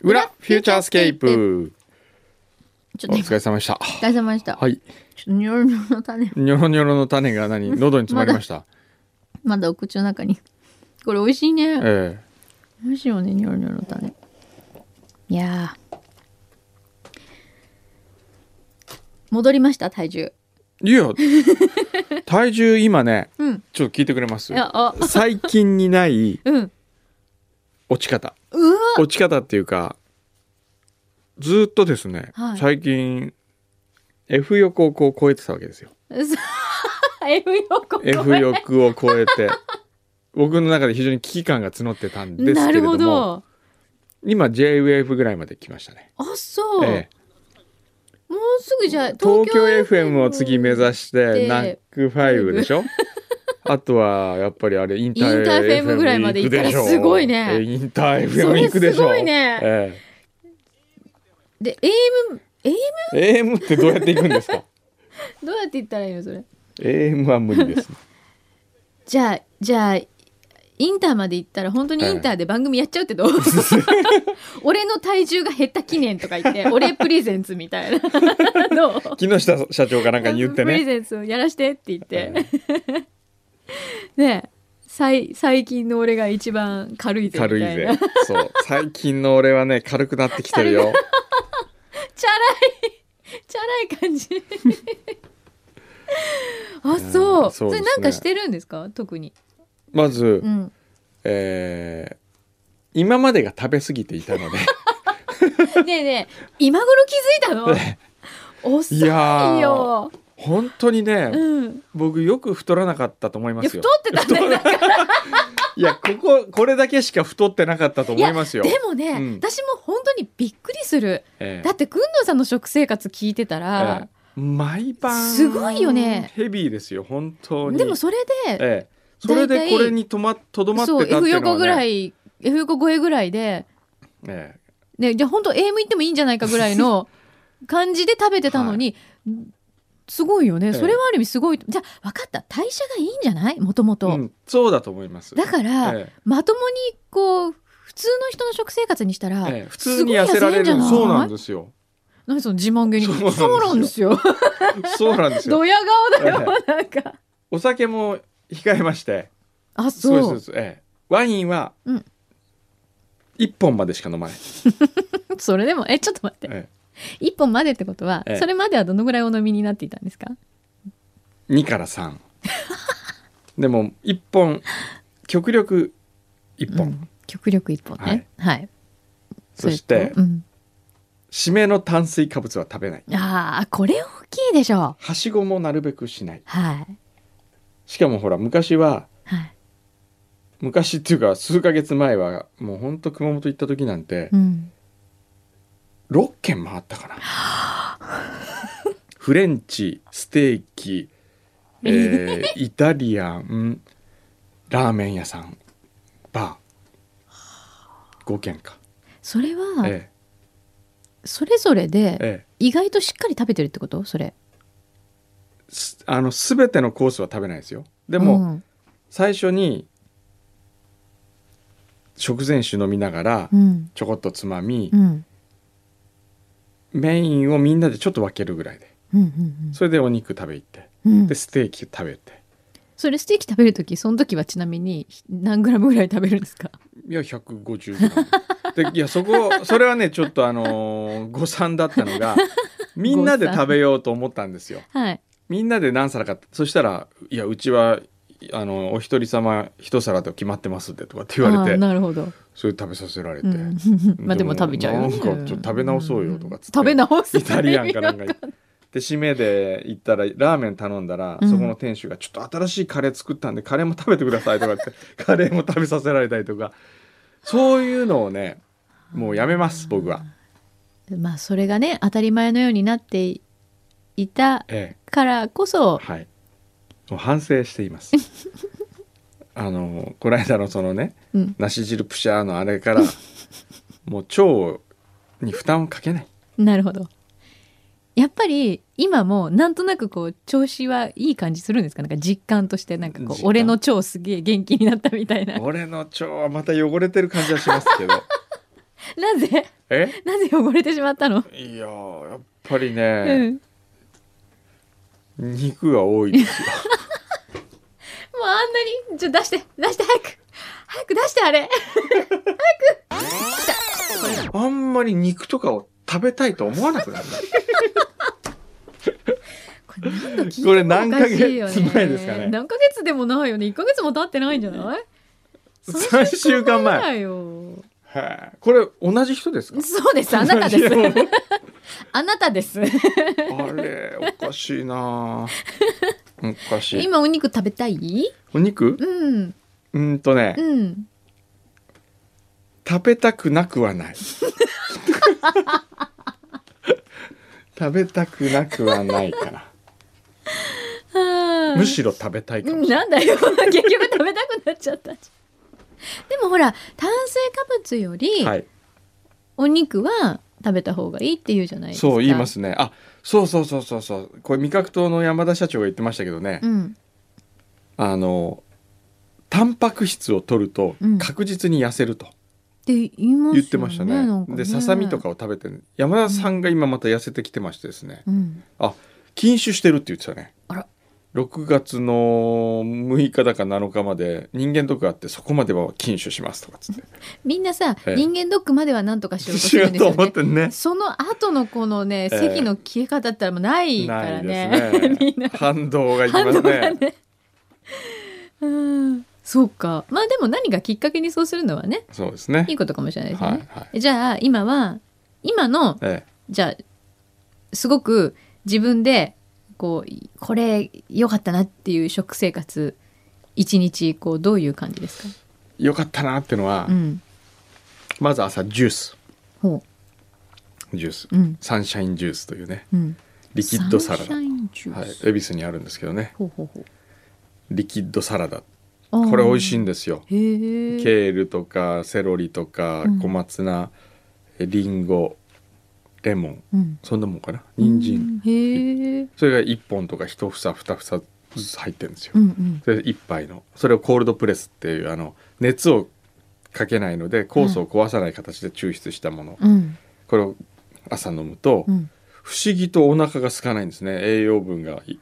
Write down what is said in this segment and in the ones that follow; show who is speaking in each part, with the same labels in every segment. Speaker 1: フューチャースケープ。
Speaker 2: ちょ
Speaker 1: お
Speaker 2: っと
Speaker 1: 疲れ様でした。
Speaker 2: お疲れ様でした。
Speaker 1: はい。
Speaker 2: ちょっとニョロニョロの種、
Speaker 1: ニョロニョロの種が何、喉に詰まりました。
Speaker 2: まだお口の中に。これ美味しいね。
Speaker 1: え
Speaker 2: 美味しいよね、ニョロニョロの種。いやー。戻りました、体重。
Speaker 1: えいや。体重今ね、
Speaker 2: うん。
Speaker 1: ちょっと聞いてくれます
Speaker 2: い。や、あ、
Speaker 1: 最近にない
Speaker 2: うん。
Speaker 1: 落ち方。
Speaker 2: うわ
Speaker 1: 落ち方っていうか。ずーっとですね、
Speaker 2: はい
Speaker 1: 最近。F 横をこう超えてたわけですよ。
Speaker 2: 嘘 F 横
Speaker 1: F 横を超え て。僕の中で非常に危機感が募ってたんです
Speaker 2: な
Speaker 1: けれ
Speaker 2: る
Speaker 1: ど
Speaker 2: ほ
Speaker 1: も
Speaker 2: ど。
Speaker 1: 今 JWave ぐらいまで来ましたね、
Speaker 2: あ、そう。
Speaker 1: ええ
Speaker 2: もうすぐじゃあ、
Speaker 1: 東京 FM を次目指し
Speaker 2: で
Speaker 1: てナック5でし ょあとはやっぱりあれインタ
Speaker 2: インター
Speaker 1: ー
Speaker 2: FM
Speaker 1: FM
Speaker 2: ぐらいまで行ったら
Speaker 1: 行くでしょ
Speaker 2: すごいね
Speaker 1: えインター FM 行くでしょ
Speaker 2: それすごいね
Speaker 1: え
Speaker 2: で、AM、
Speaker 1: え AM ってどうやって行くんですか
Speaker 2: どうやって言ったらいいのそれ。
Speaker 1: AM は無理ですね
Speaker 2: じゃあ、じゃあ、インターまで行ったら本当にインターで番組やっちゃうっ てどう、俺の体重が減った記念とか 言って、俺プレゼンツみたいな。どう
Speaker 1: 木下社長がなんか言って
Speaker 2: プレ
Speaker 1: ね
Speaker 2: ゼンツをやらしてって言って。ねえ最最近の俺が一番軽いぜみた
Speaker 1: 軽
Speaker 2: い
Speaker 1: い
Speaker 2: な。
Speaker 1: ぜそう最近の俺はね軽くなってきてるよ
Speaker 2: チャラい、チャラい 感じ。あ、そう。
Speaker 1: うん
Speaker 2: そ
Speaker 1: そうですね
Speaker 2: れなんかしてるんですか特に。
Speaker 1: まず、
Speaker 2: うん。
Speaker 1: えー今までが食べ過ぎていたので
Speaker 2: ねえねえ、今頃気づいたの 遅い
Speaker 1: いや
Speaker 2: よ
Speaker 1: ー。本当にね、
Speaker 2: うん。
Speaker 1: 僕よく太らなかったと思いま
Speaker 2: いや
Speaker 1: す
Speaker 2: 太
Speaker 1: よ
Speaker 2: ってたねなんか
Speaker 1: いやこここれだけしか太ってなかったと思いますよ。
Speaker 2: でもね、
Speaker 1: うん
Speaker 2: 私も本当にびっくりする
Speaker 1: ええ
Speaker 2: だってくんのさんの食生活聞いてたら
Speaker 1: え、え毎晩
Speaker 2: すごいよね
Speaker 1: ヘビーですよ本当に。
Speaker 2: でもそれで、
Speaker 1: ええそれ
Speaker 2: 大
Speaker 1: で
Speaker 2: 体
Speaker 1: これにとまとどまってた
Speaker 2: そ
Speaker 1: っ
Speaker 2: う
Speaker 1: ていうのは、
Speaker 2: F
Speaker 1: ね、
Speaker 2: 横ぐらい F 横超えぐらいで、
Speaker 1: え
Speaker 2: ね、じゃあ本当 AM 行ってもいいんじゃないかぐら いの感じで食べてたのに、すごいよね、
Speaker 1: ええ
Speaker 2: それはある意味すごいじゃあ分かった代謝がいいんじゃないもとも
Speaker 1: え
Speaker 2: と、
Speaker 1: うん、そうだと思います。
Speaker 2: だから、
Speaker 1: え
Speaker 2: まともにこう普通の人の食生活にしたら、
Speaker 1: えええ普通に痩せられる
Speaker 2: すごい痩せんじゃない
Speaker 1: そうなんですよ。
Speaker 2: 何その自慢げに
Speaker 1: そうなんですよ
Speaker 2: そうな
Speaker 1: そうな
Speaker 2: んですよ
Speaker 1: んですよ。
Speaker 2: ドヤ顔だよ、なんか。
Speaker 1: お酒も控えまして
Speaker 2: あ、
Speaker 1: そうです
Speaker 2: そ
Speaker 1: そう
Speaker 2: う。
Speaker 1: ですええワインは
Speaker 2: うん
Speaker 1: 一本までしか飲まない。
Speaker 2: それでも、え、ちょっと待って。
Speaker 1: ええ
Speaker 2: 一本までってことは、
Speaker 1: ええ
Speaker 2: それまではどのぐらいお飲みになっていたんですか
Speaker 1: 2から3 でも1本極力1本、
Speaker 2: うん極力一本ね。はい。
Speaker 1: そして
Speaker 2: れとうん
Speaker 1: 締めの炭水化物は食べない
Speaker 2: ああ、これ大きいでしょう。
Speaker 1: はしごもなるべくしない
Speaker 2: はい。
Speaker 1: しかもほら昔は
Speaker 2: はい。
Speaker 1: 昔っていうか数ヶ月前はもうほんと熊本行った時なんて
Speaker 2: うん。
Speaker 1: 6軒回ったかなフレンチステーキ、え ーイタリアンラーメン屋さんバー5軒か、
Speaker 2: それは、
Speaker 1: え
Speaker 2: それぞれ
Speaker 1: ええ
Speaker 2: で、
Speaker 1: え
Speaker 2: 意外としっかり食べてるってことそれ。
Speaker 1: すあの全てのコースは食べないですよで
Speaker 2: で
Speaker 1: も、
Speaker 2: うん
Speaker 1: 最初に食前酒飲みながら
Speaker 2: うん。
Speaker 1: ちょこっとつまみ
Speaker 2: う、ん。
Speaker 1: メインをみんなでちょっと分けるぐらいで
Speaker 2: うんうん
Speaker 1: それでお肉食べ行って
Speaker 2: うんうん
Speaker 1: でステーキ食べて
Speaker 2: それステーキ食べるときその時はちなみに何グラムぐらい食べるんですか
Speaker 1: いや150グラムでいやそこそれはねちょっとあのー誤算だったの がみんなで食べようと思ったんですよ
Speaker 2: はい
Speaker 1: みんなで何皿かってそしたら「いやうちはあのお一人様一皿と決まってます」ってとかって言われ
Speaker 2: あー
Speaker 1: て
Speaker 2: なるほど
Speaker 1: それ食べさせられて、
Speaker 2: うんまあでも食べちゃうよ
Speaker 1: なんかちょっと食べ直そうよとかっつって
Speaker 2: 食べ直す
Speaker 1: イタリアンかなんか行ってで締めで行ったらラーメン頼んだら、
Speaker 2: うん
Speaker 1: そこの店主が「ちょっと新しいカレー作ったんでカレーも食べてください」とかって カレーも食べさせられたりとかそういうのをねもうやめます僕は。
Speaker 2: まあそれがね当たり前のようになっていた
Speaker 1: ええ
Speaker 2: からこそ
Speaker 1: はい、もう反省しています あのこの間のそのね
Speaker 2: うん
Speaker 1: 梨汁プシャーのあれからもう腸に負担をかけない
Speaker 2: なるほどやっぱり今もなんとなくこう調子はいい感じするんですかなんか実感としてなんかこう
Speaker 1: 実感
Speaker 2: 俺の腸すげえ元気になったみたいな
Speaker 1: 俺の腸はまた汚れてる感じはしますけど
Speaker 2: なぜ
Speaker 1: え
Speaker 2: なぜ汚れてしまったの、
Speaker 1: いやーやっぱり
Speaker 2: う
Speaker 1: ね、
Speaker 2: んもう
Speaker 1: 肉が多いですよ
Speaker 2: あんなにちょ出して出して早く早く出してあれ
Speaker 1: あんまり肉とかを食べたいと思わなくなる
Speaker 2: これ何度聞いても
Speaker 1: これ何
Speaker 2: おかしいよね
Speaker 1: ヶ月前ですかね
Speaker 2: 何ヶ月でもないよね一ヶ月も経ってないんじゃない
Speaker 1: 3週間前
Speaker 2: だよ
Speaker 1: へえこれ同じ人ですか
Speaker 2: そうです あなたです
Speaker 1: いやもう
Speaker 2: あなたです
Speaker 1: あれおかしいなぁおかしい
Speaker 2: 今お肉食べたい
Speaker 1: お肉
Speaker 2: うん
Speaker 1: うんとね
Speaker 2: うん
Speaker 1: 食べたくなくはない 食べたくなくはないか
Speaker 2: は
Speaker 1: な
Speaker 2: あ
Speaker 1: むしろ食べたいか
Speaker 2: う
Speaker 1: も
Speaker 2: ん
Speaker 1: しれない
Speaker 2: なんだよ結局食べたくなっちゃったでもほら炭水化物より
Speaker 1: はい
Speaker 2: お肉は食べた方がいいって言うじゃないですか
Speaker 1: そう言いますねあそうそうそうそうそうこれ味覚糖の山田社長が言ってましたけどね、
Speaker 2: うん
Speaker 1: あのタンパク質を取ると
Speaker 2: うん
Speaker 1: 確実に痩せると
Speaker 2: って言いますよね
Speaker 1: 言ってましたね,、
Speaker 2: なんかね
Speaker 1: でささみとかを食べてる山田さんが今また痩せてきてましてですね、
Speaker 2: うん
Speaker 1: 禁酒してるって言ってたね
Speaker 2: あら
Speaker 1: 6月の6日だか7日まで人間とかあってそこまでは禁酒しますとかっ つって
Speaker 2: みんなさ、
Speaker 1: ええ
Speaker 2: 人間ドックまでは何とかしようとす
Speaker 1: し
Speaker 2: る
Speaker 1: よ
Speaker 2: ん
Speaker 1: う
Speaker 2: で
Speaker 1: と
Speaker 2: すよ
Speaker 1: 思っ
Speaker 2: ね
Speaker 1: てん ね
Speaker 2: その後のこのね、
Speaker 1: ええ
Speaker 2: 席の消え方ったらもうないか
Speaker 1: な
Speaker 2: ら
Speaker 1: い
Speaker 2: ね
Speaker 1: ですね
Speaker 2: みんな
Speaker 1: 反動がいき
Speaker 2: 反
Speaker 1: ます
Speaker 2: 応が
Speaker 1: ね
Speaker 2: ねうんそうかまあでも何がきっかけにそうするのはね
Speaker 1: そうですね
Speaker 2: いいことかもしれないですよ
Speaker 1: はい
Speaker 2: ね、
Speaker 1: はい
Speaker 2: じゃあ今は今の
Speaker 1: え
Speaker 2: じゃあすごく自分でこうこれ良かったなっていう食生活一日こうどういう感じですか、
Speaker 1: え、よかったなってのは、
Speaker 2: うん
Speaker 1: まず朝ジュース
Speaker 2: ほ
Speaker 1: ジュース、
Speaker 2: ううん
Speaker 1: サンシャインジュースというね
Speaker 2: うん
Speaker 1: リキッドサラ
Speaker 2: サンシャインジュ
Speaker 1: ダはい
Speaker 2: ース
Speaker 1: 恵比寿にあるんですけどね
Speaker 2: ほうほうほう
Speaker 1: リキッドサラダ
Speaker 2: あー
Speaker 1: これ美味しいんですよ
Speaker 2: へえ
Speaker 1: ケールとかセロリとか
Speaker 2: うん
Speaker 1: 小松菜、リンゴレモン
Speaker 2: うん
Speaker 1: そんなもんかな人参、
Speaker 2: うんへえ
Speaker 1: それが1本とか1房2房ずつ入ってるんですよ、
Speaker 2: うんうん
Speaker 1: それ1杯のそれをコールドプレスっていうあの熱をかけないので酵素を壊さない形で抽出したもの、
Speaker 2: うん
Speaker 1: これを朝飲むと、
Speaker 2: うん
Speaker 1: 不思議とお腹が空かないんですね栄養分がい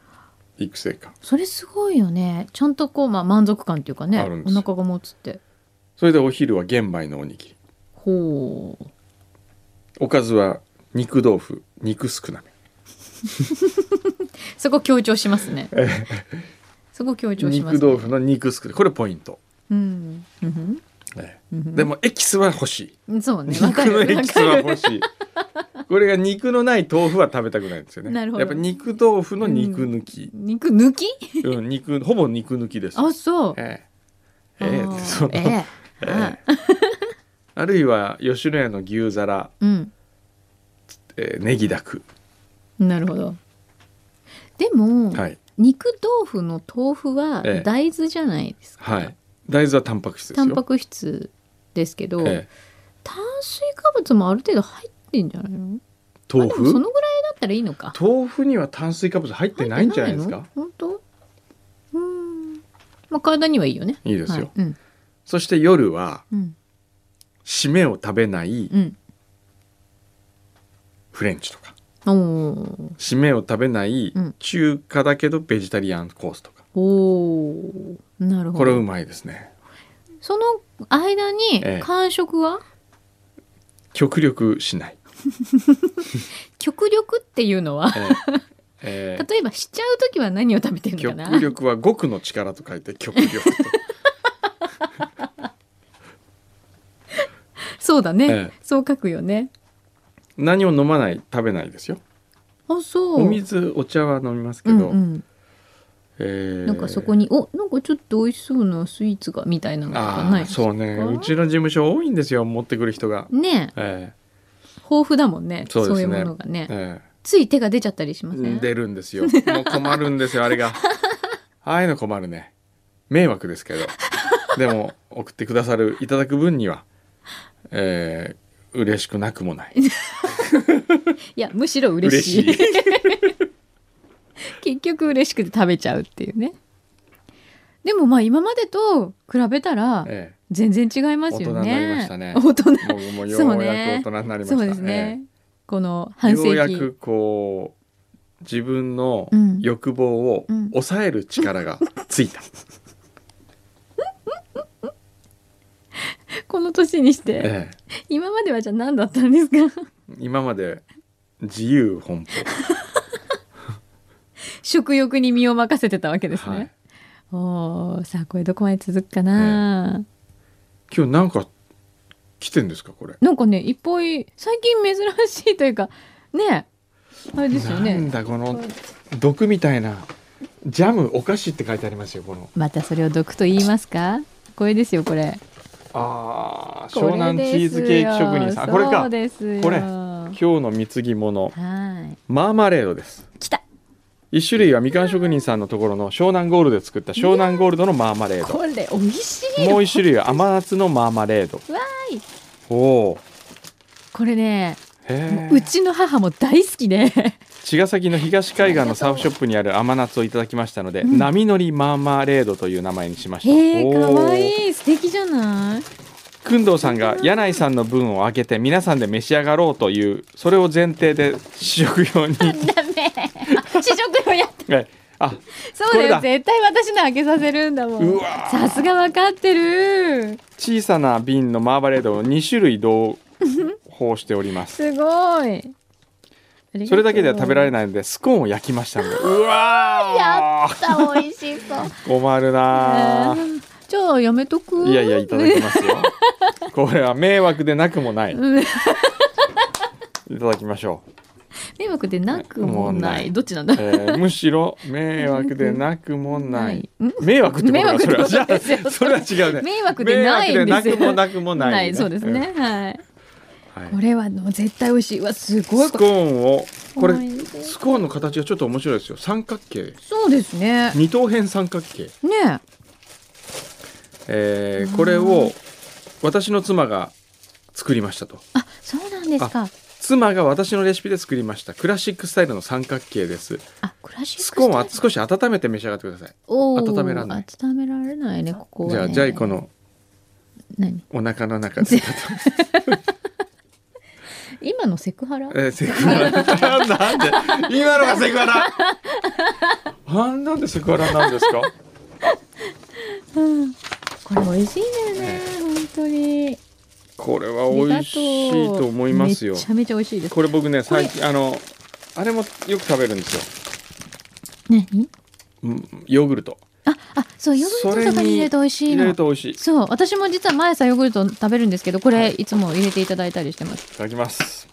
Speaker 1: いくせいか
Speaker 2: それすごいよねちゃんとこうまあ満足感っていうかね
Speaker 1: あるんで
Speaker 2: お
Speaker 1: すよ
Speaker 2: 腹が持つって
Speaker 1: それでお昼は玄米のおにぎり
Speaker 2: ほう
Speaker 1: おかずは肉豆腐肉少なめ
Speaker 2: そこ強調しますねそこ強調します、ね、
Speaker 1: 肉豆腐の肉少なめこれポイント、
Speaker 2: うんうん
Speaker 1: ええ
Speaker 2: うん
Speaker 1: でもエキスは欲しい
Speaker 2: そうね。
Speaker 1: 肉
Speaker 2: わか
Speaker 1: の
Speaker 2: る。
Speaker 1: エ
Speaker 2: わ
Speaker 1: キス
Speaker 2: か
Speaker 1: は
Speaker 2: る。
Speaker 1: 欲しいこれが肉のない豆腐は食べたくないんですよね
Speaker 2: なるほど
Speaker 1: やっぱ肉豆腐の肉抜き、
Speaker 2: 肉抜き？
Speaker 1: うん肉ほぼ肉抜きです
Speaker 2: あ、そう。
Speaker 1: ええ
Speaker 2: あ
Speaker 1: え
Speaker 2: ー
Speaker 1: えその
Speaker 2: ええ
Speaker 1: え
Speaker 2: あ
Speaker 1: えあるいは吉野家の牛皿、
Speaker 2: うん。
Speaker 1: えー、ネギだく
Speaker 2: なるほど。でも、
Speaker 1: はい
Speaker 2: 肉豆腐の豆腐は
Speaker 1: ええ
Speaker 2: 大豆じゃないですか。
Speaker 1: はい大豆はタンパク質です
Speaker 2: タ
Speaker 1: よ
Speaker 2: ンパク質ですけど、
Speaker 1: ええ
Speaker 2: 炭水化物もある程度入ってんじゃないの？
Speaker 1: 豆
Speaker 2: でもそ
Speaker 1: 腐
Speaker 2: のぐらいだったらいいのか。
Speaker 1: 豆腐には炭水化物入ってないんじゃないです
Speaker 2: 入っ
Speaker 1: か
Speaker 2: てないの本当？うん。まあ体にはいいよね。
Speaker 1: いいですよ、
Speaker 2: はいうん
Speaker 1: そして夜は
Speaker 2: うん
Speaker 1: 締めを食べない
Speaker 2: うん。
Speaker 1: フレンチとか
Speaker 2: おー
Speaker 1: 締めを食べない
Speaker 2: うん
Speaker 1: 中華だけどベジタリアンコースとか、
Speaker 2: おー。なるほど。
Speaker 1: これうまいですね
Speaker 2: その間に
Speaker 1: ええ
Speaker 2: 間食は、
Speaker 1: 極力しない、
Speaker 2: 極力っていうのは
Speaker 1: ええええ
Speaker 2: 例えばしちゃう時は何を食べてるのかな
Speaker 1: 極力は極の力と書いて極力と
Speaker 2: そうだね、
Speaker 1: ええ
Speaker 2: そう書くよね
Speaker 1: 何を飲まない食べないですよ
Speaker 2: あそう
Speaker 1: お水お茶は飲みますけ
Speaker 2: う
Speaker 1: ど、
Speaker 2: んうん、
Speaker 1: ええ
Speaker 2: なんかそこにおなんかちょっと美味しそうなスイーツがみたいなのとか
Speaker 1: あ
Speaker 2: ない
Speaker 1: あ
Speaker 2: ですか
Speaker 1: そうねうちの事務所多いんですよ持ってくる人が、
Speaker 2: ねえ
Speaker 1: え
Speaker 2: 豊富だもんねそ
Speaker 1: そううですね
Speaker 2: いうものがね
Speaker 1: ええ
Speaker 2: つい手が出ちゃったりしませ
Speaker 1: え
Speaker 2: ん
Speaker 1: 出るんです よもう困るんですよあれがああいうの困るね迷惑ですけどでも送ってくださるいただく分にはえー、嬉しくなくもない
Speaker 2: いやむしろ嬉
Speaker 1: 嬉
Speaker 2: しい
Speaker 1: しい
Speaker 2: 結局嬉しくて食べちゃうっていうねでもまあ今までと比べたら
Speaker 1: え
Speaker 2: 全然違いますよ
Speaker 1: 大人
Speaker 2: ね。
Speaker 1: になりましたね
Speaker 2: 大人
Speaker 1: もうもうよ
Speaker 2: そう
Speaker 1: う
Speaker 2: ね
Speaker 1: やく大人になりましたね
Speaker 2: そうですね。この半世紀。
Speaker 1: ようやくこう自分の
Speaker 2: うん
Speaker 1: 欲望を
Speaker 2: うん
Speaker 1: 抑える力がつい た、
Speaker 2: この年にして、
Speaker 1: ええ
Speaker 2: 今まではじゃあ何だったんですか
Speaker 1: 今まで自由奔
Speaker 2: 食欲に身を任せてたわけです
Speaker 1: 放、
Speaker 2: ね。
Speaker 1: はい、
Speaker 2: おーさあこれどこまで続くかな、
Speaker 1: 今日なんか来てんですかこれ
Speaker 2: なんかねいっぱい最近珍しいというかねあれですよ
Speaker 1: なん
Speaker 2: ね
Speaker 1: だこの毒みたいなジャムお菓子って書いてありますよこの
Speaker 2: またそれを毒と言いますかこれですよこれ
Speaker 1: あー
Speaker 2: こ
Speaker 1: 湘
Speaker 2: れ
Speaker 1: 南チーズケーキ職人さんあこれ
Speaker 2: そう
Speaker 1: か
Speaker 2: ですよ
Speaker 1: これ
Speaker 2: は
Speaker 1: 今日の貢ぎ物
Speaker 2: ーい
Speaker 1: マーマレードです
Speaker 2: 来た
Speaker 1: 一種類はみかん職人さんのところの湘南ゴールで作った湘南ゴールドのマーマレード
Speaker 2: これ美味しい
Speaker 1: もう
Speaker 2: わ
Speaker 1: 一種類は甘夏のマーマレード
Speaker 2: ーい
Speaker 1: おお
Speaker 2: これね
Speaker 1: へ
Speaker 2: う
Speaker 1: え
Speaker 2: ちの母も大好きで
Speaker 1: 茅ヶ崎の東海岸のサーフショップにある甘夏をいただきましたので、波乗りマーマレードという名前にしました
Speaker 2: へえ
Speaker 1: お
Speaker 2: か
Speaker 1: ー
Speaker 2: わいい素敵じゃ ない
Speaker 1: 工藤さんが柳井さんの分を開けて皆さんで召し上がろうというそれを前提で試食用に
Speaker 2: ダメ試食をやって
Speaker 1: えあ
Speaker 2: そう
Speaker 1: こ
Speaker 2: だよ
Speaker 1: れだ
Speaker 2: 絶対私の開けさせるんだも
Speaker 1: うんわー
Speaker 2: さすが分かってる
Speaker 1: 小さな瓶のマーバレードを2種類同包しております
Speaker 2: すごい
Speaker 1: それだけでは食べられ
Speaker 2: ない
Speaker 1: ないのでスコーンを焼きましたのでうわー
Speaker 2: った美味しそう
Speaker 1: 困るなー
Speaker 2: じゃあやめとく
Speaker 1: いやいやいただきますよこれは迷惑でなくもない
Speaker 2: うん
Speaker 1: いただきましょう
Speaker 2: 迷惑でなくも
Speaker 1: もう
Speaker 2: な
Speaker 1: ないい
Speaker 2: どっちなんだ
Speaker 1: えーむしろ迷惑でなくもない
Speaker 2: ないん
Speaker 1: 迷惑ってこと
Speaker 2: 迷
Speaker 1: か
Speaker 2: 惑
Speaker 1: そ
Speaker 2: っ
Speaker 1: れ
Speaker 2: てこ
Speaker 1: はじ
Speaker 2: と
Speaker 1: ゃ
Speaker 2: で
Speaker 1: あ
Speaker 2: すよ
Speaker 1: それは違うね
Speaker 2: 迷惑でないん
Speaker 1: 迷
Speaker 2: で
Speaker 1: 惑
Speaker 2: す
Speaker 1: で
Speaker 2: よ
Speaker 1: なくもなくもない
Speaker 2: ないそうですねはい
Speaker 1: はい
Speaker 2: これはもう絶対美味しいうわすごい
Speaker 1: スコーンをこれ
Speaker 2: 美味しい
Speaker 1: スコーンの形がちょっと面白いですよ三角形
Speaker 2: そうですね
Speaker 1: 二等辺三角形、
Speaker 2: ね
Speaker 1: え
Speaker 2: うん
Speaker 1: ー、これを私の妻が作りましたと
Speaker 2: あそうなんですか
Speaker 1: 妻が私のレシピで作りましたクラシックスタイルの三角形です
Speaker 2: あクラシック
Speaker 1: スコーンは
Speaker 2: スタイル
Speaker 1: 少し温めて召し上がってください
Speaker 2: おー
Speaker 1: 温められない
Speaker 2: 温められないねここは
Speaker 1: じゃあ
Speaker 2: ね
Speaker 1: ジャイコの
Speaker 2: 何
Speaker 1: お腹の中で、
Speaker 2: 今のセクハラ
Speaker 1: えー、セクハラ なんで今のがセクハラあ なんでセクハラなんですか
Speaker 2: うんこれ美味しいんだよね、
Speaker 1: え
Speaker 2: 本当に
Speaker 1: これは美味しいと思いますよ
Speaker 2: めちゃめちゃ美味しいです
Speaker 1: これ僕ね
Speaker 2: これ
Speaker 1: 最近あのあれもよく食べるんですよ
Speaker 2: 何
Speaker 1: うんヨーグルト
Speaker 2: ああそうヨーグルトとかに入れると美味しい
Speaker 1: 入れ
Speaker 2: の
Speaker 1: ると美味しいい
Speaker 2: そう私も実は毎朝ヨーグルト食べるんですけどこれいつも入れていただいたりしてます、
Speaker 1: ただきます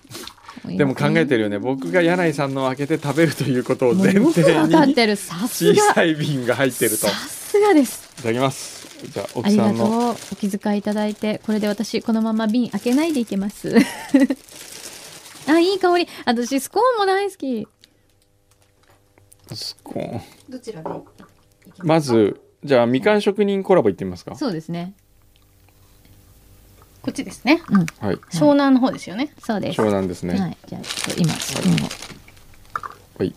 Speaker 1: でも考えてるよね僕が柳井さんのを開けて食べるということを
Speaker 2: もう
Speaker 1: 前
Speaker 2: よくわか
Speaker 1: 提
Speaker 2: っ
Speaker 1: に
Speaker 2: てるさす
Speaker 1: 小
Speaker 2: が
Speaker 1: さい瓶が入ってるとい
Speaker 2: さすがです
Speaker 1: ただきますじゃあ
Speaker 2: あ
Speaker 1: 奥
Speaker 2: り
Speaker 1: さ
Speaker 2: が
Speaker 1: ん
Speaker 2: とう
Speaker 1: の
Speaker 2: お気遣いいただいてこれで私このまま瓶開けないでいけます あいい香り私スコーンも大好き
Speaker 1: スコーン
Speaker 3: どちらがいい
Speaker 1: まずじゃあみかん職人コラボいってみますか
Speaker 2: そうですね
Speaker 3: こっちですね。
Speaker 2: うん
Speaker 1: はい
Speaker 3: 湘南の方ですよね。
Speaker 2: そうです
Speaker 1: 湘南ですね
Speaker 2: はい、じゃあちょっと今スプーンを
Speaker 1: はい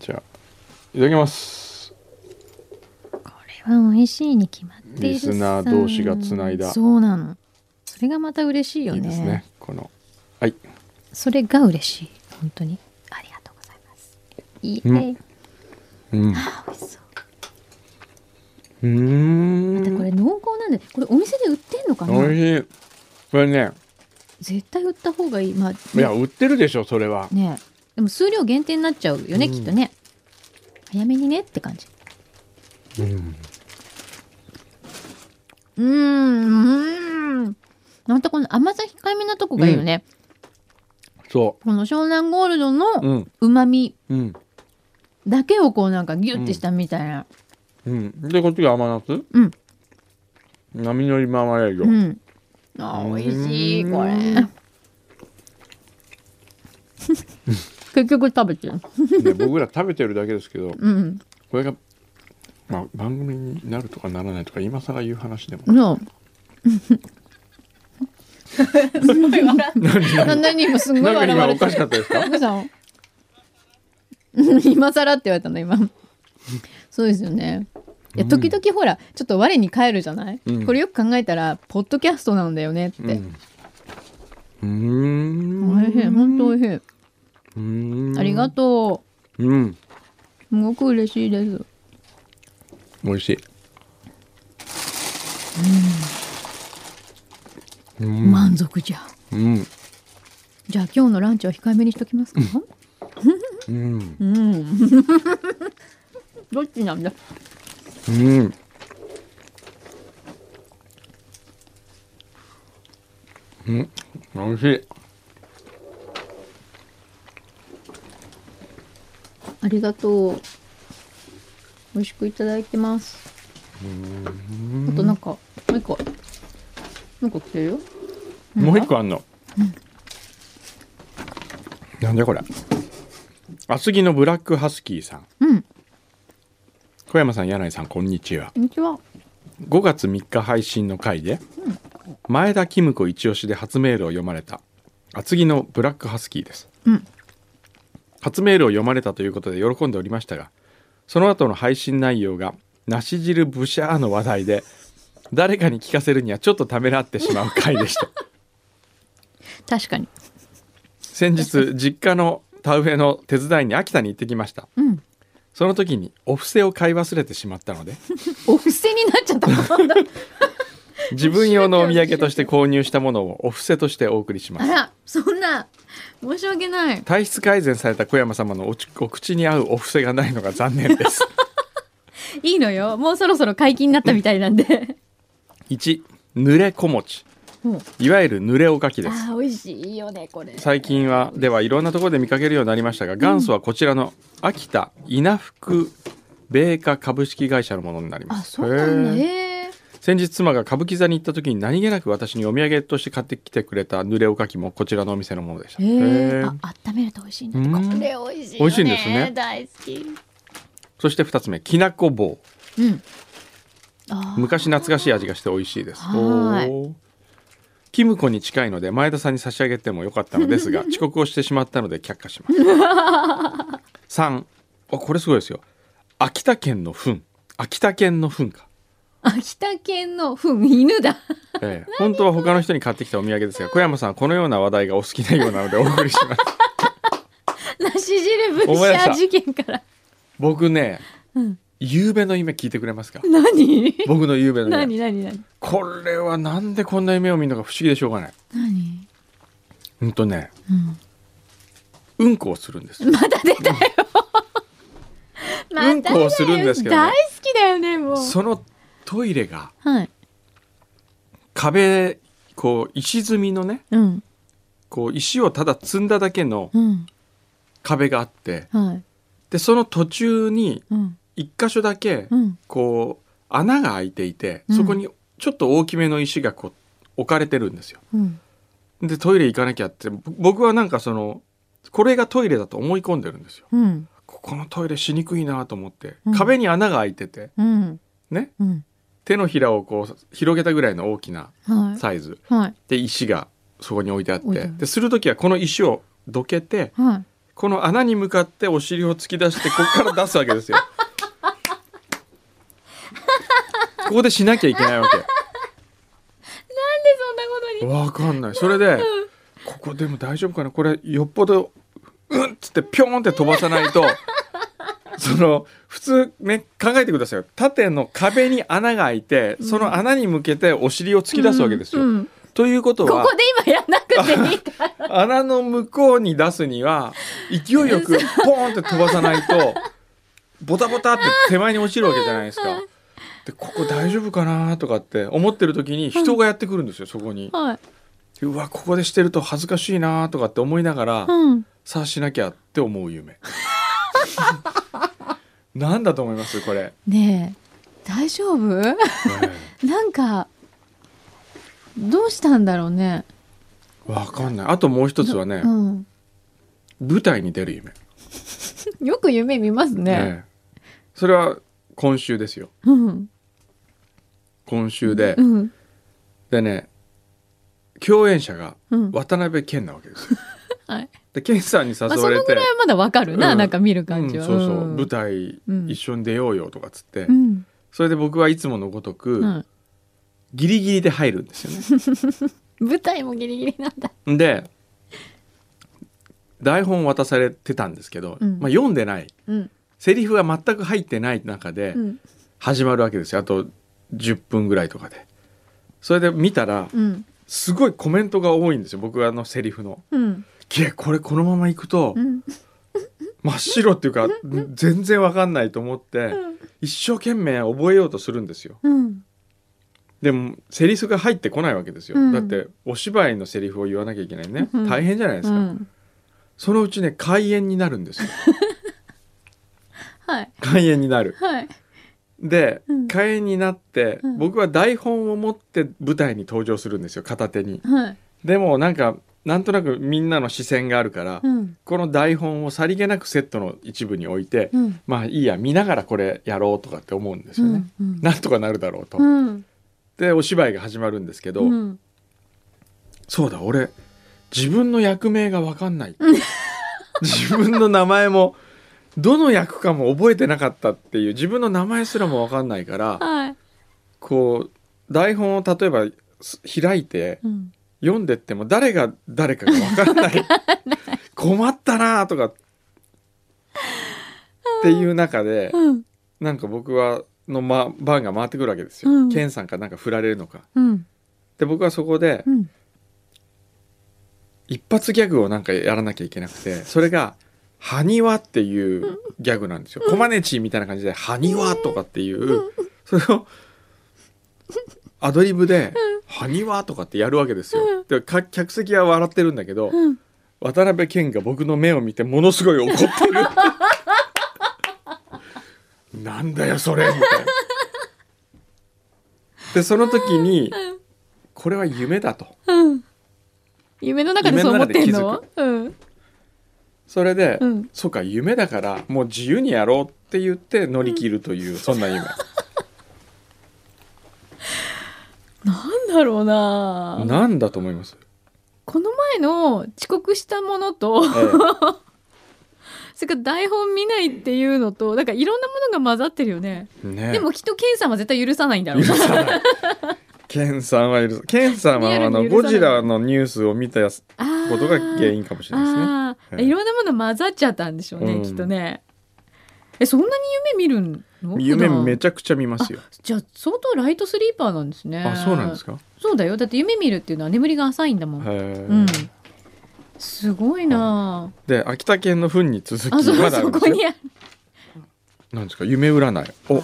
Speaker 1: じゃあいただきます
Speaker 2: これは美味しいに決まっている
Speaker 1: リスナー同士がつないだ
Speaker 2: そうなのそれがまた嬉しいよ
Speaker 1: い
Speaker 2: ね
Speaker 1: いですねこのはい
Speaker 2: それが嬉しい本当にありがとうございますいい、
Speaker 1: うん
Speaker 2: えー
Speaker 1: うん
Speaker 2: 美味しそう
Speaker 1: うーん
Speaker 2: でこれ濃厚なんでこれお店で売ってんのかな
Speaker 1: おいしいこれね
Speaker 2: 絶対売った方がいいまあね
Speaker 1: いや売ってるでしょそれは
Speaker 2: ねでも数量限定になっちゃうよね、
Speaker 1: うん
Speaker 2: きっとね早めにねって感じ
Speaker 1: うん
Speaker 2: うーんうーんまたこの甘さ控えめなとこがいいよね、
Speaker 1: そ
Speaker 2: この湘南ゴールド
Speaker 1: う
Speaker 2: の
Speaker 1: うん
Speaker 2: うまみ
Speaker 1: うん
Speaker 2: だけをこうなんかギュッてしたみたいな、
Speaker 1: うんでこっちが甘夏
Speaker 2: うん
Speaker 1: 波乗りマーマレード、
Speaker 2: うん。あー、美味しい、これ。結局食べてる。
Speaker 1: ね僕ら食べてるだけですけど
Speaker 2: うん。
Speaker 1: これが、まあ、番組になるとかならないとか今更言う話でも
Speaker 2: そう。
Speaker 3: すごい笑って
Speaker 2: な何今すんごい
Speaker 1: なんか
Speaker 2: 笑わ
Speaker 1: 今
Speaker 2: れ
Speaker 1: お
Speaker 2: て
Speaker 1: か
Speaker 2: る
Speaker 1: し。かったですか
Speaker 2: なんか さうん今更って言われたの、今。そうですよね。いや
Speaker 1: うん
Speaker 2: 時々ほらちょっと我に返るじゃない、
Speaker 1: うん
Speaker 2: これよく考えたらポッドキャストなんだよねって、
Speaker 1: うん
Speaker 2: おいしい本当おいしい、
Speaker 1: うん
Speaker 2: ありがと
Speaker 1: ううん
Speaker 2: うすごく嬉しいです
Speaker 1: 美味しいうん
Speaker 2: 満足じゃ
Speaker 1: うん
Speaker 2: じゃあ今日のランチは控えめにしときますか
Speaker 1: うん
Speaker 2: うん どっちなんだ
Speaker 1: うんうん美味しい
Speaker 2: ありがとう美味しくいただいてますあとなんかもう一個なんか来てるよ
Speaker 1: もう一個あんの、なんだこれ厚木のブラックハスキーさん
Speaker 2: うん
Speaker 1: 小山さん柳井さんこんにちは
Speaker 2: こんにちは
Speaker 1: 5月3日配信の回で前田キム子一押しで初メールを読まれた厚木のブラックハスキーです、
Speaker 2: うん
Speaker 1: 初メールを読まれたということで喜んでおりましたがその後の配信内容が梨汁ブシャーの話題で誰かに聞かせるにはちょっとためらってしまう回でした
Speaker 2: 確かに
Speaker 1: 先日実家の田植えの手伝いに秋田に行ってきました
Speaker 2: うん
Speaker 1: その時にお布施を買い忘れてしまったので
Speaker 2: お布施になっちゃった
Speaker 1: 自分用のお土産として購入したものをお布施としてお送りします
Speaker 2: あらそんな申し訳ない
Speaker 1: 体質改善された小山様のおちお口に合うお布施がないのが残念です
Speaker 2: いいのよもうそろそろ解禁になったみたいなんで
Speaker 1: 1濡れ小餅
Speaker 2: うん
Speaker 1: いわゆる濡れおかきです
Speaker 2: あー美味しいよねこれ
Speaker 1: 最近はではいろんなところで見かけるようになりましたが元祖はこちらの秋田稲福米花株式会社のものになりま
Speaker 2: あ
Speaker 1: す
Speaker 2: そうなんだ
Speaker 1: へえ
Speaker 2: へえ
Speaker 1: 先日妻が歌舞伎座に行った時に何気なく私にお土産として買ってきてくれた濡れおかきもこちらのお店のものでした
Speaker 2: へ
Speaker 1: へえ
Speaker 2: えあ温めると美味しいんだ
Speaker 1: うん
Speaker 2: こ
Speaker 3: これ美味しいよね。
Speaker 1: 美味しいんですね
Speaker 3: 大好き。
Speaker 1: そして2つ目きなこ棒
Speaker 2: うんあー
Speaker 1: 昔懐かしい味がして美味しいです
Speaker 2: はい
Speaker 1: おーキムコに近いので前田さんに差し上げてもよかったのです が遅刻をしてしまったので却下します 3あこれすごいですよ秋田県の糞秋田県の糞か、
Speaker 2: 秋田県のふん犬だ
Speaker 1: え え、本当は他の人に買ってきたお土産ですが小山さんこのような話題がお好きなようなのでお送りし ます
Speaker 2: 梨汁ぶ
Speaker 1: 思い出
Speaker 2: し
Speaker 1: した
Speaker 2: ゃ事件から
Speaker 1: 僕ね
Speaker 2: うん
Speaker 1: 夕べの夢聞いてくれますか
Speaker 2: 何
Speaker 1: 僕の夕べの夢
Speaker 2: 何何何
Speaker 1: これはなんでこんな夢を見るのか不思議でしょうがない
Speaker 2: 何
Speaker 1: うんとね
Speaker 2: うん
Speaker 1: うんこをするんです
Speaker 2: また出たよまた
Speaker 1: うんこをするんですけどね
Speaker 2: 大好きだよねもう
Speaker 1: そのトイレが
Speaker 2: はい
Speaker 1: 壁こう石積みのね
Speaker 2: うん
Speaker 1: こう石をただ積んだだけの
Speaker 2: うん
Speaker 1: 壁があって
Speaker 2: はい
Speaker 1: でその途中に
Speaker 2: うん
Speaker 1: 一箇所だけ
Speaker 2: うん
Speaker 1: こう穴が開いていて
Speaker 2: うん
Speaker 1: そこにちょっと大きめの石がこう置かれてるんですよ。
Speaker 2: うん
Speaker 1: でトイレ行かなきゃってぼ僕はなんかそのこれがトイレだと思い込んでるんですよ。
Speaker 2: うん
Speaker 1: ここのトイレしにくいなと思って
Speaker 2: うん
Speaker 1: 壁に穴が開いてて
Speaker 2: うん
Speaker 1: ね
Speaker 2: うん
Speaker 1: 手のひらをこう広げたぐらいの大きな
Speaker 2: はい
Speaker 1: サイズ
Speaker 2: はい
Speaker 1: で石がそこに置いてあっ
Speaker 2: 置い
Speaker 1: て
Speaker 2: てある
Speaker 1: でする時はこの石をどけて
Speaker 2: はい
Speaker 1: この穴に向かってお尻を突き出してここから出すわけです よ。ここでしなきゃいけないわ
Speaker 2: なんでそんなことに
Speaker 1: け。わかんない。それでここでも大丈夫かなこれよっぽどうんっつってピョーンって飛ばさないと。その普通ね考えてくださいよ縦の壁に穴が開いてその穴に向けてお尻を突き出すわけですよ。
Speaker 2: うんうん
Speaker 1: ということは
Speaker 2: ここで今やんなくていいから
Speaker 1: 穴の向こうに出すには勢いよくポーンって飛ばさないとボタボタって手前に落ちるわけじゃないですか。でここ大丈夫かなとかって思ってる時に人がやってくるんですよそこに。
Speaker 2: はいう
Speaker 1: わここでしてると恥ずかしいなとかって思いながら
Speaker 2: うん
Speaker 1: さあしなきゃって思う夢。 なんだと思いますこれ。
Speaker 2: ねえ大丈 夫なんかどうしたんだろうね
Speaker 1: わかんない。あともう一つはね
Speaker 2: うん
Speaker 1: 舞台に出る夢。
Speaker 2: よく夢見ます
Speaker 1: え
Speaker 2: ね
Speaker 1: えそれは今週ですよ。
Speaker 2: うん
Speaker 1: 今週で。
Speaker 2: うん
Speaker 1: でね共演者が
Speaker 2: うん
Speaker 1: 渡辺謙なわけですよ。
Speaker 2: はい
Speaker 1: で謙さんに誘
Speaker 2: まあ
Speaker 1: わ
Speaker 2: そ
Speaker 1: れ
Speaker 2: のぐ
Speaker 1: て
Speaker 2: らいはまだわかるな
Speaker 1: うん
Speaker 2: なんか見る
Speaker 1: う
Speaker 2: 感
Speaker 1: ん
Speaker 2: じは
Speaker 1: そうそう
Speaker 2: うん
Speaker 1: 舞台一緒に出ようよとかっつって
Speaker 2: うん
Speaker 1: それで僕はいつものごとく、
Speaker 2: うん、
Speaker 1: ギリギリで入るんですよね。
Speaker 2: 舞台もギリギリなんだ
Speaker 1: で台本渡されてたんですけど、
Speaker 2: うん
Speaker 1: まあ、読んでない
Speaker 2: うん
Speaker 1: セリフが全く入ってない中で
Speaker 2: うん
Speaker 1: 始まるわけですよあと10分ぐらいとかで。それで見たら
Speaker 2: うん
Speaker 1: すごいコメントが多いんですよ僕あのセリフの。
Speaker 2: うん
Speaker 1: いやこれこのままいくと
Speaker 2: うん
Speaker 1: 真っ白っていうか全然わかんないと思って一生懸命覚えようとするんですよ。
Speaker 2: うん
Speaker 1: でもセリフが入ってこないわけですよ、
Speaker 2: うん
Speaker 1: だってお芝居のセリフを言わなきゃいけないね、
Speaker 2: うん
Speaker 1: 大変じゃないですか、
Speaker 2: うん
Speaker 1: そのうちね開演になるんですよ
Speaker 2: はい
Speaker 1: 開演になる
Speaker 2: はい
Speaker 1: で、
Speaker 2: うん
Speaker 1: 開演になって、
Speaker 2: うん
Speaker 1: 僕は台本を持って舞台に登場するんですよ片手に
Speaker 2: はい
Speaker 1: でもなんかなんとなくみんなの視線があるから、
Speaker 2: うん
Speaker 1: この台本をさりげなくセットの一部に置いて、
Speaker 2: うん
Speaker 1: まあいいや見ながらこれやろうとかって思うんです
Speaker 2: う
Speaker 1: よね、
Speaker 2: んうん
Speaker 1: なんとかなるだろうと、
Speaker 2: うん
Speaker 1: でお芝居が始まるんですけど、
Speaker 2: うん
Speaker 1: そうだ俺自分の役名が分かんない 自分の名前もどの役かも覚えてなかったっていう自分の名前すらも分かんないから
Speaker 2: はい
Speaker 1: こう台本を例えばす開いて
Speaker 2: うん
Speaker 1: 読んでっても誰が誰かが分からない 困ったなとかっていう中で
Speaker 2: うん
Speaker 1: なんか僕はの、ま、番が回ってくるわけですよ。
Speaker 2: うん
Speaker 1: ケンさんかなんか振られるのか。
Speaker 2: うん
Speaker 1: で僕はそこで、
Speaker 2: うん
Speaker 1: 一発ギャグをなんかやらなきゃいけなく てそれが「ハニワ」っていうギャグなんですよ。コマネチみたいな感じで「ハニワ」とかっていうそれをアドリブで「ハニワ」とかってやるわけですよ。でか客席は笑ってるんだけど
Speaker 2: うん
Speaker 1: 渡辺謙が僕の目を見てものすごい怒ってる。 なんだよそれみたいな。でその時にこれは夢だと。
Speaker 2: うん夢の中でそう思ってんのうん
Speaker 1: それで、
Speaker 2: うん
Speaker 1: そうか夢だからもう自由にやろうって言って乗り切るという、そんな夢
Speaker 2: なんだろうな
Speaker 1: なんだと思い ます、
Speaker 2: この前の遅刻したものと
Speaker 1: ええ
Speaker 2: それから台本見ないっていうのとなんかいろんなものが混ざってるよね
Speaker 1: ね
Speaker 2: でもきっとケンさんは絶対許さないんだろう
Speaker 1: 許さないケンさんは許さケンさんはあの
Speaker 2: リアルに許
Speaker 1: ゴ
Speaker 2: さない
Speaker 1: ジラのニュースを見たやつこ
Speaker 2: こと
Speaker 1: が原因かもしれないですね
Speaker 2: あー
Speaker 1: ええ
Speaker 2: いろんなもの混ざっちゃったんでしょうね、
Speaker 1: うん
Speaker 2: きっとねえそんなに夢見るの
Speaker 1: 夢め
Speaker 2: ち
Speaker 1: ちゃくちゃ見ますよ
Speaker 2: ゃじゃあ相当ライトスリーパーなんですね
Speaker 1: あそうなんです
Speaker 2: か
Speaker 1: か
Speaker 2: そうだよだって夢見るっていうのは眠りが浅いんだもん、
Speaker 1: へえ
Speaker 2: うんすごいな
Speaker 1: で秋田県の糞に続き
Speaker 2: ああそう
Speaker 1: まだある
Speaker 2: そ
Speaker 1: んで
Speaker 2: こ
Speaker 1: すよ
Speaker 2: にある
Speaker 1: なんですか夢占いお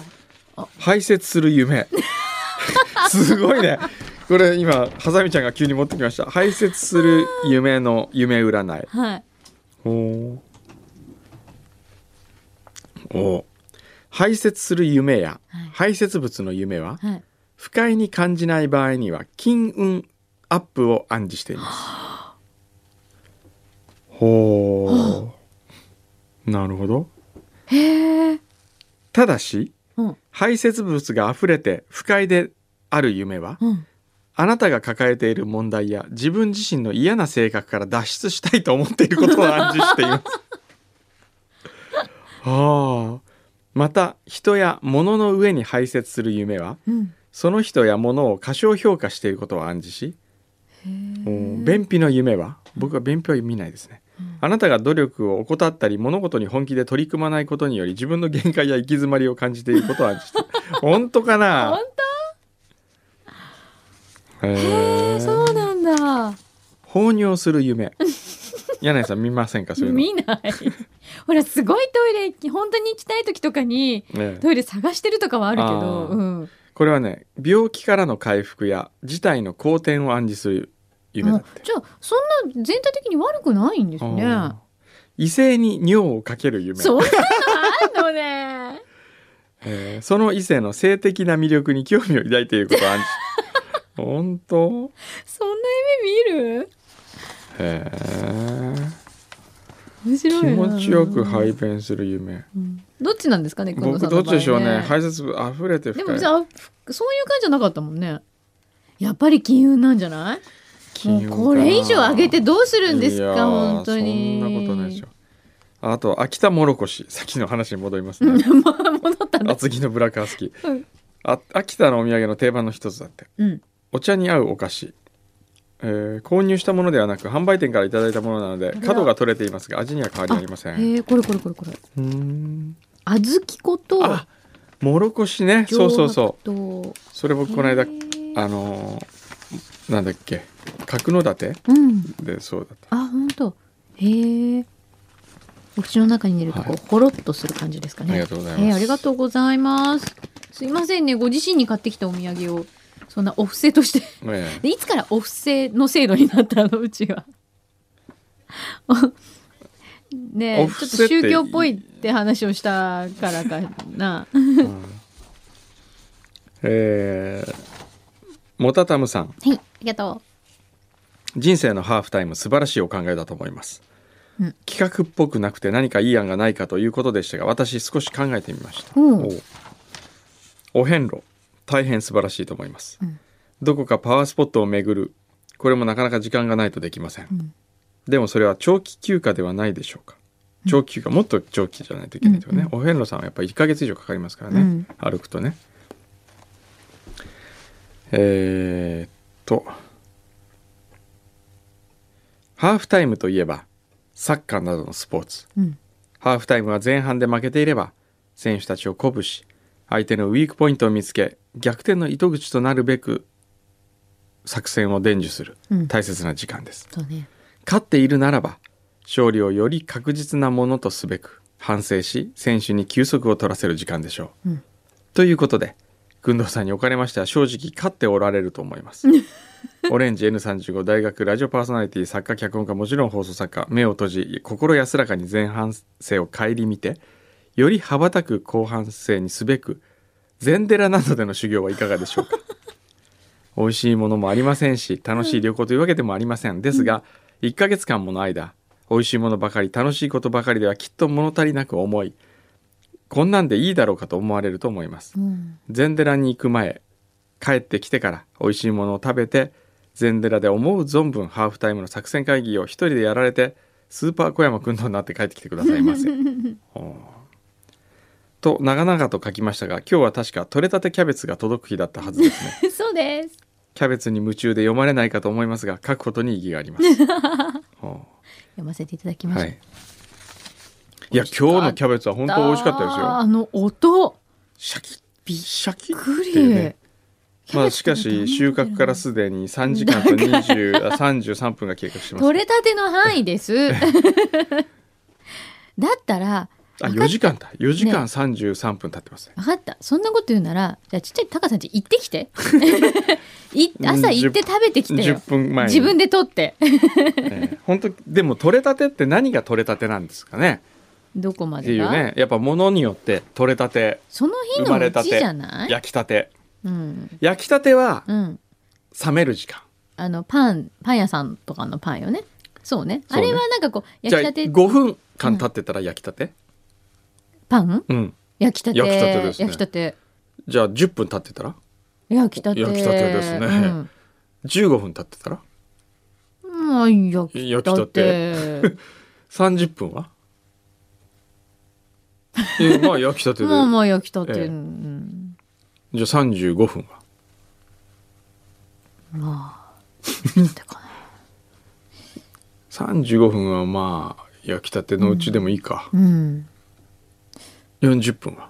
Speaker 2: あ
Speaker 1: 排泄する 夢すごいねこれ今ハサミちゃんが急に持ってきました排泄する夢の夢占い
Speaker 2: はい
Speaker 1: おーお排泄する夢や
Speaker 2: はい
Speaker 1: 排泄物の夢は
Speaker 2: はい
Speaker 1: 不快に感じない場合には金運アップを暗示していますほうなるほど
Speaker 2: へえ
Speaker 1: ただし
Speaker 2: うん
Speaker 1: 排泄物が溢れて不快である夢は
Speaker 2: うん
Speaker 1: あなたが抱えている問題や自分自身の嫌な性格から脱出したいと思っていることを暗示しています。ああ。また人や物の上に排泄する夢は
Speaker 2: うん
Speaker 1: その人や物を過小評価していることを暗示し
Speaker 2: へー
Speaker 1: うん便秘の夢は僕は便秘は見ないですね。あなたが努力を怠ったり物事に本気で取り組まないことにより自分の限界や行き詰まりを感じていることを暗示している 本当かな
Speaker 2: 本
Speaker 1: へ
Speaker 2: へ
Speaker 1: え
Speaker 2: えそうなんだ
Speaker 1: 放尿する夢柳井さん見ませんかそういうの、
Speaker 2: 見ない ほらすごいトイレ本当に行きたい時とかに
Speaker 1: ええ
Speaker 2: トイレ探してるとかはあるけど
Speaker 1: あー
Speaker 2: うん
Speaker 1: これはね病気からの回復や事態の好転を暗示する夢だっ
Speaker 2: あ
Speaker 1: て
Speaker 2: じゃあそんな全体的に悪くないんですね
Speaker 1: あー異性に尿をかける夢
Speaker 2: そんなのあんのね
Speaker 1: えーその異性の性的な魅力に興味を抱いていることを 暗示本当
Speaker 2: そんな夢見る
Speaker 1: へえ
Speaker 2: 面白い
Speaker 1: 気
Speaker 2: な
Speaker 1: 持ちよく排便する夢
Speaker 2: うんどっちなんですかね
Speaker 1: 僕どっちでしょうね
Speaker 2: は
Speaker 1: 排泄物溢れて
Speaker 2: で
Speaker 1: 深
Speaker 2: も
Speaker 1: い
Speaker 2: 別にあふそういう感じじゃなかったもんねやっぱり金運なんじゃない
Speaker 1: 金運かな
Speaker 2: もうこれ以上上げてどうするんです
Speaker 1: いや
Speaker 2: か
Speaker 1: ー
Speaker 2: 本当に
Speaker 1: そんなことないでしょあ と秋田もろこしさっきの話に戻りますね
Speaker 2: 戻ったんだ
Speaker 1: 厚木のブラカースキー、
Speaker 2: うん
Speaker 1: あ秋田のお土産の定番の一つだって
Speaker 2: うん
Speaker 1: お茶に合うお菓子、えー購入したものではなく販売店からいただいたものなので角が取れていますが味には変わりありません
Speaker 2: へえこれこれこれこれ
Speaker 1: うーん
Speaker 2: 小豆粉と
Speaker 1: あもろこしねそうそうそう
Speaker 2: うそう
Speaker 1: それ僕この間
Speaker 2: あ
Speaker 1: あのーなんだっけ角館
Speaker 2: うん
Speaker 1: でそうだった
Speaker 2: あ本当へえお口の中に入れるとこう、
Speaker 1: はい
Speaker 2: ほろっとする感じですかね
Speaker 1: ありがとうございます
Speaker 2: えーありがとうございますすいませんねご自身に買ってきたお土産をそんなお布施として
Speaker 1: ええ
Speaker 2: でいつからお布施の制度になったのうちは おねえ
Speaker 1: お
Speaker 2: ちょ
Speaker 1: 布
Speaker 2: っ
Speaker 1: 施
Speaker 2: と
Speaker 1: って
Speaker 2: 宗教っぽいって話をしたからか な
Speaker 1: うんえーモタタムさん
Speaker 2: はいありがと
Speaker 1: 人生のハーフタイム素晴らしいお考えだと思います、
Speaker 2: うん
Speaker 1: 企画っぽくなくて何かいい案がないかということでしたが私少し考えてみました、
Speaker 2: うん
Speaker 1: おうお遍路大変素晴らしいと思います、
Speaker 2: うん
Speaker 1: どこかパワースポットを巡るこれもなかなか時間がないとできません、
Speaker 2: ん
Speaker 1: でもそれは長期休暇ではないでしょうか長期休暇もっと長期じゃないといけないとかね、お遍路さんはやっぱり1ヶ月以上かかりますからね、
Speaker 2: うん
Speaker 1: 歩くとねえーっとハーフタイムといえばサッカーなどのスポーツ
Speaker 2: う、うん、
Speaker 1: ハーフタイムは前半で負けていれば選手たちを鼓舞し相手のウィークポイントを見つけ逆転の糸口となるべく作戦を伝授する
Speaker 2: うん
Speaker 1: 大切な時間です、
Speaker 2: そうね
Speaker 1: 勝っているならば勝利をより確実なものとすべく反省し選手に休息を取らせる時間でしょう、
Speaker 2: うん
Speaker 1: ということで軍藤さんにおかれましては正直勝っておられると思いますオレンジ N35 大学ラジオパーソナリティ作家脚本家もちろん放送作家目を閉じ心安らかに前半生を顧みてより羽ばたく後半生にすべく禅寺などでの修行はいかがでしょうか 美味しいものもありませんし楽しい旅行というわけでもありませんですが、1ヶ月間もの間美味しいものばかり楽しいことばかりではきっと物足りなく思いこんなんでいいだろうかと思われると思います
Speaker 2: うん
Speaker 1: 禅寺に行く前帰ってきてから美味しいものを食べて禅寺で思う存分ハーフタイムの作戦会議を一人でやられてスーパー小山君となって帰ってきてくださいませ。 おーと長々と書きましたが今日は確か取れたてキャベツが届く日だったはず ですね。
Speaker 2: そうです
Speaker 1: キャベツに夢中で読まれないかと思いますが書くことに意義があり ます。は
Speaker 2: 読ませていただき
Speaker 1: あ
Speaker 2: ました、
Speaker 1: はい。いや今日のキャベツは本当美味しかったですよ。
Speaker 2: あの音
Speaker 1: シャキッシャキッ
Speaker 2: グ
Speaker 1: っていう
Speaker 2: リ
Speaker 1: ねまあしかし収穫からすでに3時間と20あ33分が経過してます。
Speaker 2: 取れたての範囲です だったら
Speaker 1: あ4時間だ。4時間
Speaker 2: ね
Speaker 1: 33分経ってますね。
Speaker 2: 分かったそんなこと言うならじゃあちっちゃいタカさんち行って きてい朝行って食べてきて
Speaker 1: 10
Speaker 2: よ
Speaker 1: 分前に
Speaker 2: 自分で取って
Speaker 1: ええ本当でも取れたてって何が取れたてなんですかね
Speaker 2: どこま
Speaker 1: って
Speaker 2: で
Speaker 1: いう
Speaker 2: が、
Speaker 1: ねやっぱ物によって取れたて
Speaker 2: その
Speaker 1: 生
Speaker 2: 日
Speaker 1: ま
Speaker 2: の
Speaker 1: れ
Speaker 2: う
Speaker 1: た
Speaker 2: ち
Speaker 1: て
Speaker 2: じゃない
Speaker 1: 焼きたて
Speaker 2: うん、
Speaker 1: 焼きたては
Speaker 2: うん、
Speaker 1: 冷める時間
Speaker 2: あのパンパン屋さんとかのパンよねそうね
Speaker 1: そうね
Speaker 2: あれはなんかこう
Speaker 1: じゃ
Speaker 2: 焼
Speaker 1: あ
Speaker 2: きたて
Speaker 1: 5分間経ってたら焼きたて
Speaker 2: パン
Speaker 1: うん、
Speaker 2: 焼きたて
Speaker 1: 焼きたてですね
Speaker 2: 焼きたて
Speaker 1: じゃあ10分経ってたら
Speaker 2: 焼きたて
Speaker 1: 焼きたてですね
Speaker 2: うん
Speaker 1: 15分経ってたら
Speaker 2: まあ、焼き
Speaker 1: 焼きた
Speaker 2: たて。
Speaker 1: 30分はえまあ焼きたてでじゃ
Speaker 2: まあ
Speaker 1: あ
Speaker 2: まあ、焼きたて。
Speaker 1: ええ
Speaker 2: うん
Speaker 1: 35分は
Speaker 2: まあ。なんてか
Speaker 1: 35分はまあ焼きたてのうちでもいいか、
Speaker 2: なうん。
Speaker 1: 40分は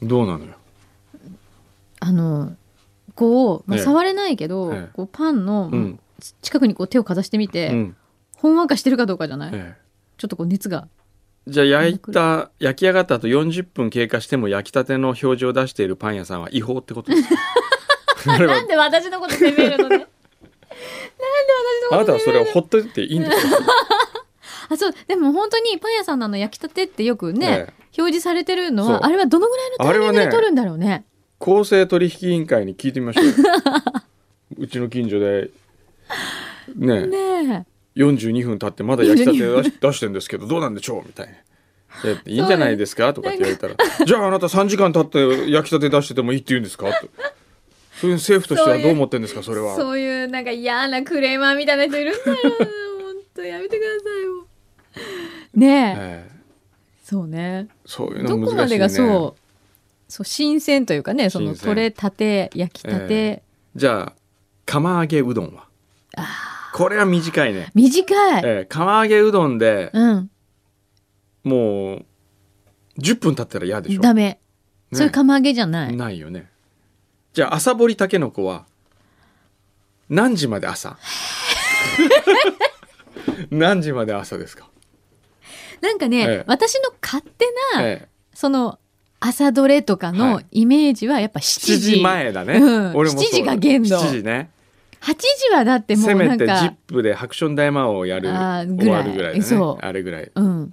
Speaker 1: どうなのよ
Speaker 2: あの、こう、まあ、
Speaker 1: ええ
Speaker 2: 触れないけど、
Speaker 1: ええ
Speaker 2: こうパンの、
Speaker 1: うん
Speaker 2: 近くにこう手をかざしてみて、
Speaker 1: うん、
Speaker 2: ほんわかしてるかどうかじゃない、
Speaker 1: え
Speaker 2: ちょっとこう熱が。
Speaker 1: え、じゃあ焼いた焼き上がった後40分経過しても焼きたての表示を出しているパン屋さんは違法ってこと ですかあれは
Speaker 2: なんで私のこと責めるの ね。
Speaker 1: あなたはそれをほっといていいんですよ
Speaker 2: あ、そう、でも本当にパン屋さんのあの焼きたてってよくね、
Speaker 1: ええ
Speaker 2: 表示されてるの
Speaker 1: そう
Speaker 2: は、あれはどのぐらいのタイミング
Speaker 1: あれは
Speaker 2: で
Speaker 1: ね
Speaker 2: 取るんだろうね。
Speaker 1: 公正取引委員会に聞いてみましょうようちの近所でね
Speaker 2: ねえ。
Speaker 1: 42分経ってまだ焼きたて出し出してんですけどどうなんでしょうみたいな。えいいんじゃないですかとかって言われたら「じゃああなた3時間経って焼きたて出しててもいいって言うんですか?」とそういう政府としてはどう思ってんですかそれは
Speaker 2: そういうなんか嫌なクレーマーみたいな人いるんだよ本当やめてくださいよねえ、
Speaker 1: ええ
Speaker 2: そうね
Speaker 1: そういうの
Speaker 2: ど
Speaker 1: 難しい、ね、
Speaker 2: こまでがそうそう新鮮というかねその
Speaker 1: 新鮮
Speaker 2: 取れたて焼きたて、
Speaker 1: えじゃあ釜揚げうどんはこれは短いね、
Speaker 2: 短い、
Speaker 1: えー釜揚げうどんで
Speaker 2: うん
Speaker 1: もう10分経ったら嫌でしょ
Speaker 2: ダメ、
Speaker 1: ね
Speaker 2: それ釜揚げじゃない、
Speaker 1: ないよねじゃあ朝掘りたけのこは何時まで 朝何時まで朝ですか、
Speaker 2: なんかね、
Speaker 1: ええ
Speaker 2: 私の勝手な、
Speaker 1: え
Speaker 2: その朝どれとかの
Speaker 1: はい
Speaker 2: イメージはやっぱ7
Speaker 1: 7
Speaker 2: 時,、
Speaker 1: 時前だね、
Speaker 2: うん
Speaker 1: 俺もそう
Speaker 2: 7時が限度
Speaker 1: 7時ね
Speaker 2: 8時はだってもう
Speaker 1: せ
Speaker 2: な
Speaker 1: め
Speaker 2: ん
Speaker 1: て「ジッ
Speaker 2: か、
Speaker 1: プで「ハクション大魔王」をやる
Speaker 2: あーぐ
Speaker 1: 終
Speaker 2: らい
Speaker 1: わるぐらいだね
Speaker 2: そう
Speaker 1: あれぐらい
Speaker 2: うん、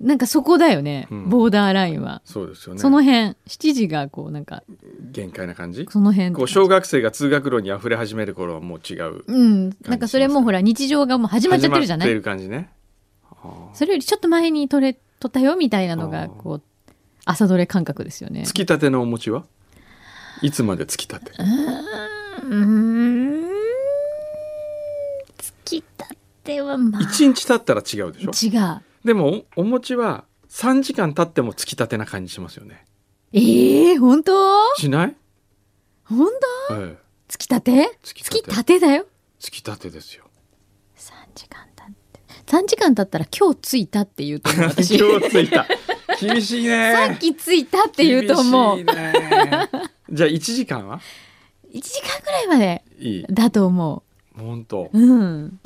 Speaker 2: なんかそこだよね、
Speaker 1: うん
Speaker 2: ボーダーラインは、
Speaker 1: そうですよね
Speaker 2: その辺7時がこうなんか
Speaker 1: 限界な感じ
Speaker 2: その辺
Speaker 1: こう小学生が通学路に溢れ始める頃はもう違う
Speaker 2: うんなんかそれもほら日常がもう始まっちゃってるじゃ
Speaker 1: 始ま
Speaker 2: な
Speaker 1: って
Speaker 2: い
Speaker 1: る感じねあー
Speaker 2: それよりちょっと前に取れ取ったよみたいなの
Speaker 1: あ
Speaker 2: が
Speaker 1: ー
Speaker 2: こう朝どれ感覚ですよね
Speaker 1: つきたてのお餅はいつまでつきたて
Speaker 2: うーんつきたてはまあ
Speaker 1: 一日経ったら違うでしょ
Speaker 2: 違う
Speaker 1: でもおお餅は3時間経ってもつきたてな感じしますよね
Speaker 2: えー、本当
Speaker 1: しない、
Speaker 2: 本当
Speaker 1: ええ、
Speaker 2: つきたて
Speaker 1: つき
Speaker 2: つ
Speaker 1: たて
Speaker 2: きたてだよ
Speaker 1: つきたてですよ
Speaker 2: 3時間経って3時間経ったら今日着いたって言うと思う
Speaker 1: 今
Speaker 2: 私
Speaker 1: 日ついた厳しいね
Speaker 2: さっき着いたって言うと思う
Speaker 1: 厳しいねじゃあ1時間は
Speaker 2: 1時間ぐらいまで
Speaker 1: いい
Speaker 2: だと思
Speaker 1: 本当
Speaker 2: ううん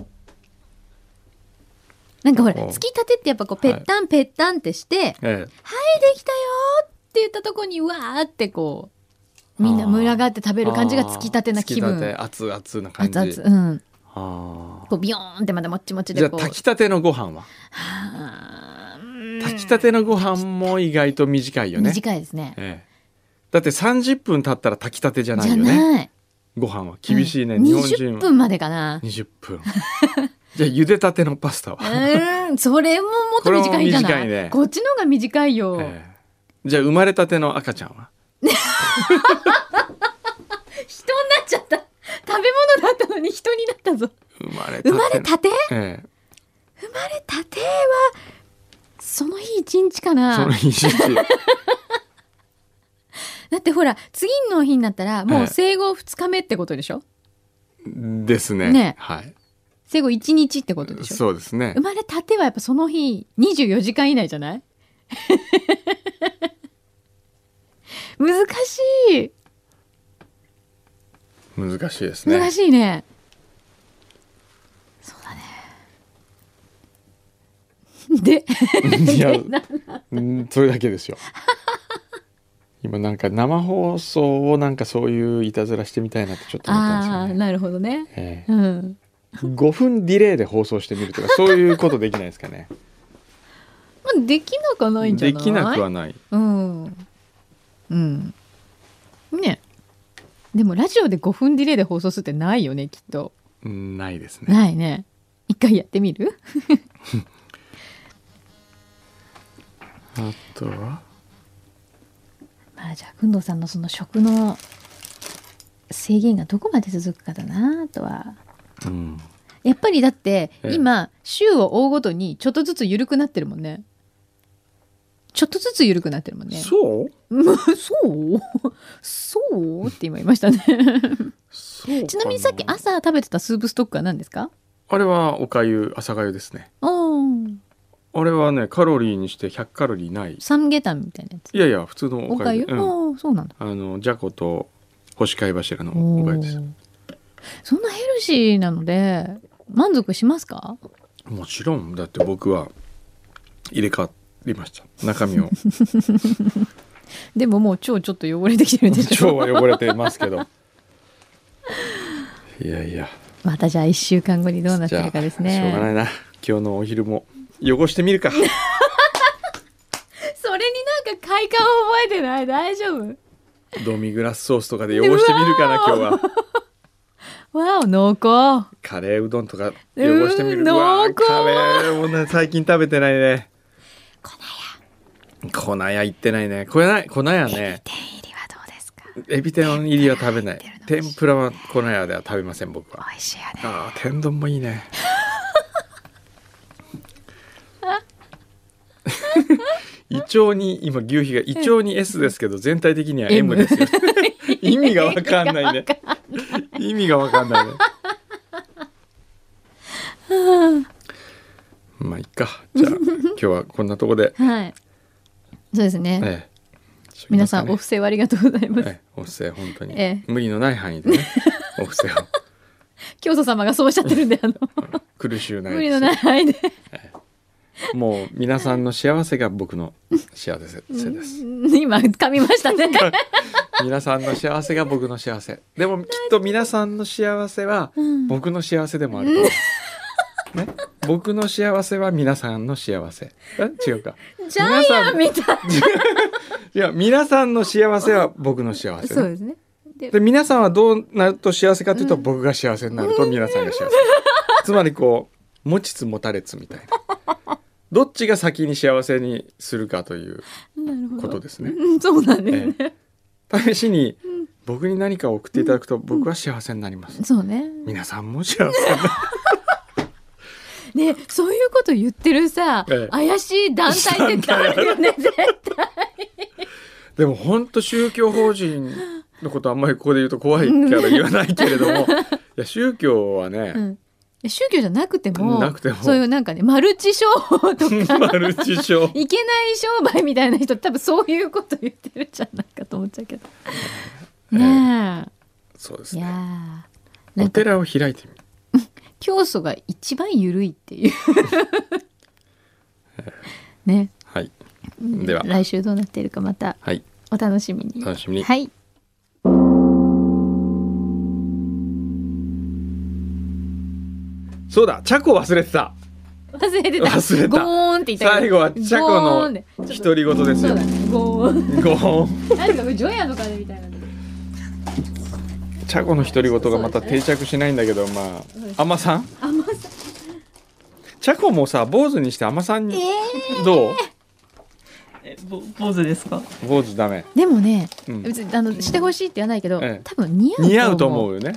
Speaker 2: なんかほら
Speaker 1: おう
Speaker 2: つきたてってやっぱこうぺったんぺったんってして
Speaker 1: ええ
Speaker 2: 「できたよ!」って言ったとこにうわーってこうみんな群がって食べる感じがつきたてな
Speaker 1: あーつ
Speaker 2: 気
Speaker 1: き
Speaker 2: 分
Speaker 1: たて熱々な感じ
Speaker 2: 熱々うん
Speaker 1: あ
Speaker 2: こうビヨーンってまだもっちも
Speaker 1: ー
Speaker 2: ち
Speaker 1: じゃ
Speaker 2: で
Speaker 1: あ
Speaker 2: こう
Speaker 1: 炊きたてのご飯は
Speaker 2: はーうん
Speaker 1: 炊きたてのご飯も意外と短いよね、
Speaker 2: 短いですね
Speaker 1: ええ、だって30分経ったら炊きたてじゃないよ
Speaker 2: じゃ
Speaker 1: ね
Speaker 2: ない
Speaker 1: ご飯は厳しいね、
Speaker 2: うん
Speaker 1: 日本人
Speaker 2: 20
Speaker 1: は
Speaker 2: 分までかな
Speaker 1: 20分じゃあ茹でたてのパスタ
Speaker 2: う
Speaker 1: は、
Speaker 2: ーんそれももっと短いんじゃない
Speaker 1: これも短いね
Speaker 2: こっちの方が短いよ、
Speaker 1: ええじゃあ生まれたての赤ちゃんは
Speaker 2: 人になっちゃった食べ物だったのに人になったぞ
Speaker 1: 生まれたて
Speaker 2: 生
Speaker 1: の
Speaker 2: まれた
Speaker 1: え
Speaker 2: て
Speaker 1: え
Speaker 2: 生まれたてはその日一日かな
Speaker 1: その一日
Speaker 2: だってほら次の日になったらも
Speaker 1: え
Speaker 2: う
Speaker 1: え
Speaker 2: 生後2日目ってことでしょ
Speaker 1: ですね
Speaker 2: ね
Speaker 1: はい
Speaker 2: 生後1日ってことでしょ
Speaker 1: そうですね
Speaker 2: 生まれたてはやっぱその日24時間以内じゃない 難しい
Speaker 1: 難しいですね
Speaker 2: 難しいねそうだね で
Speaker 1: い や、うんそれだけですよ。今なんか生放送をなんかそういういたずらしてみたいなってちょっと思った
Speaker 2: あ
Speaker 1: んです
Speaker 2: あ
Speaker 1: よね。
Speaker 2: なるほどね
Speaker 1: ええ
Speaker 2: うん
Speaker 1: 5分ディレイで放送してみるとかそういうことできないですかね
Speaker 2: まあできなくはないんじゃな
Speaker 1: で
Speaker 2: い
Speaker 1: きなくはない
Speaker 2: うんうんねでもラジオで5分ディレイで放送するってないよねきっと
Speaker 1: うんないですね
Speaker 2: ないね一回やってみる
Speaker 1: あとは
Speaker 2: まあじゃあ工藤さんのその食の制限がどこまで続くかだなとは
Speaker 1: うん
Speaker 2: やっぱりだって
Speaker 1: ええ
Speaker 2: 今週を追うごとにちょっとずつ緩くなってるもんねちょっとずつ緩くなってるもんね
Speaker 1: そう
Speaker 2: うん そうそうって今言いましたね
Speaker 1: そうか
Speaker 2: ちなみにさっき朝食べてたスープストックは何ですか
Speaker 1: あれはおかゆ朝粥ですね
Speaker 2: お
Speaker 1: あれはねカロリーにして100カロリーない
Speaker 2: サムゲタンみたいなやつ
Speaker 1: いやいや普通の
Speaker 2: お
Speaker 1: お
Speaker 2: か
Speaker 1: か
Speaker 2: ゆ
Speaker 1: ゆ、うん
Speaker 2: おーそうなんだ
Speaker 1: あのじゃこと干し貝柱のおかゆです
Speaker 2: おーそんなヘルシーなので満足しますか
Speaker 1: もちろんだって僕は入れ替わりました中 身を
Speaker 2: でももう腸ちょっと汚れてきてるんでし
Speaker 1: 腸
Speaker 2: ょ
Speaker 1: は汚れてますけどいやいや
Speaker 2: またじゃあ1週間後にどうなって
Speaker 1: じゃあ
Speaker 2: るかです
Speaker 1: しょうがな
Speaker 2: ね
Speaker 1: いな今日のお昼も汚して みるか
Speaker 2: それになんか快感を覚えてない大丈夫
Speaker 1: ドミグラスソースとかで汚してみるかな今日は
Speaker 2: わお濃厚
Speaker 1: カレーうどんとか
Speaker 2: う
Speaker 1: 汚
Speaker 2: ーん
Speaker 1: してみる
Speaker 2: 濃厚
Speaker 1: うわーカレーもね最近食べてないね粉屋行ってないね粉屋粉屋ね
Speaker 2: 天入りはどうですか
Speaker 1: エビ天入りは食べない
Speaker 2: 入ってるの
Speaker 1: 天ぷらは粉屋では食べません僕は
Speaker 2: 美味しいよね
Speaker 1: ああ天丼もいいね腸に今牛皮が胃腸に S ですけど全体的には M ですよ意味がわかんないね意味がわかんないね まあいっか じゃあ今日はこんなとこで、
Speaker 2: はい。そうですね。
Speaker 1: ええ
Speaker 2: 皆さん、お
Speaker 1: お
Speaker 2: 布施をありがとうございます。
Speaker 1: ええお布施本当に、
Speaker 2: ええ
Speaker 1: 無理のない範囲で ねお布施を
Speaker 2: 教祖様がそうおっしゃってるんで、あの、
Speaker 1: 苦しゅうない
Speaker 2: 無理のない範囲で。
Speaker 1: もう皆さんの幸せが僕の幸せです
Speaker 2: 今、噛みました ね。
Speaker 1: 皆さんの幸せが僕の幸せでもきっと皆さんの幸せは僕の幸せでもあると思う、ね、僕の幸せは皆さんの幸せえ違うか
Speaker 2: ジャイアンみたい。
Speaker 1: いや皆さんの幸せは僕の幸せ
Speaker 2: そう
Speaker 1: ね、
Speaker 2: ですね。で
Speaker 1: で皆さんはどうなると幸せかというと、僕が幸せになると皆さんが幸せつまりこう持ちつ持たれつみたいなどっちが先に幸せにするかという
Speaker 2: なるほど。
Speaker 1: ことですね
Speaker 2: うんそうなんですね。
Speaker 1: ええ試しに僕に何かを送っていただくと僕は幸せになります、
Speaker 2: そうね。
Speaker 1: 皆さんも幸せにな
Speaker 2: ね、そういうこと言ってるさ、
Speaker 1: ええ
Speaker 2: 怪しい団体ってあるよね。絶対
Speaker 1: でも本当宗教法人のことあんまりここで言うと怖いから言わないけれ どもいや宗教は
Speaker 2: う
Speaker 1: ね、
Speaker 2: んいや宗教じゃなくても、
Speaker 1: なくても
Speaker 2: そういうなんかね、マルチ商法 とか。
Speaker 1: マルチ商
Speaker 2: いけない商売みたいな人多分そういうこと言ってるんじゃないかと思っちゃうけど。
Speaker 1: え
Speaker 2: ね
Speaker 1: そうです
Speaker 2: え、い
Speaker 1: ね
Speaker 2: やーな
Speaker 1: お
Speaker 2: んか
Speaker 1: 寺を開いてみる
Speaker 2: 教祖が一番緩いって いうね、
Speaker 1: はいでは
Speaker 2: 来週どうなっているかまた
Speaker 1: はい
Speaker 2: お楽しみに。
Speaker 1: 楽しみに、
Speaker 2: はい。
Speaker 1: そうだチャコ忘れてた
Speaker 2: 忘れてた。
Speaker 1: 忘れた
Speaker 2: ゴーンって言った
Speaker 1: 最
Speaker 2: けど
Speaker 1: 後はチャコ
Speaker 2: ゴーン
Speaker 1: の
Speaker 2: でちょっと
Speaker 1: 独り言です
Speaker 2: そう
Speaker 1: よ
Speaker 2: だね。ゴーン。
Speaker 1: ゴーン
Speaker 2: なんかこれジョヤの風みたいなんだけど
Speaker 1: チャコの独り言がまた定着しないんだけどまああまさん
Speaker 2: 甘さ。
Speaker 1: チャコもさ坊主にしてあまさんに、どう
Speaker 4: え、ぼ、坊主ですか。
Speaker 1: 坊主ダメ、
Speaker 2: でもね、
Speaker 1: うん
Speaker 2: 別にあのしてほしいって言わないけど、
Speaker 1: ええ
Speaker 2: 多分似合う
Speaker 1: 似合うと思うよね、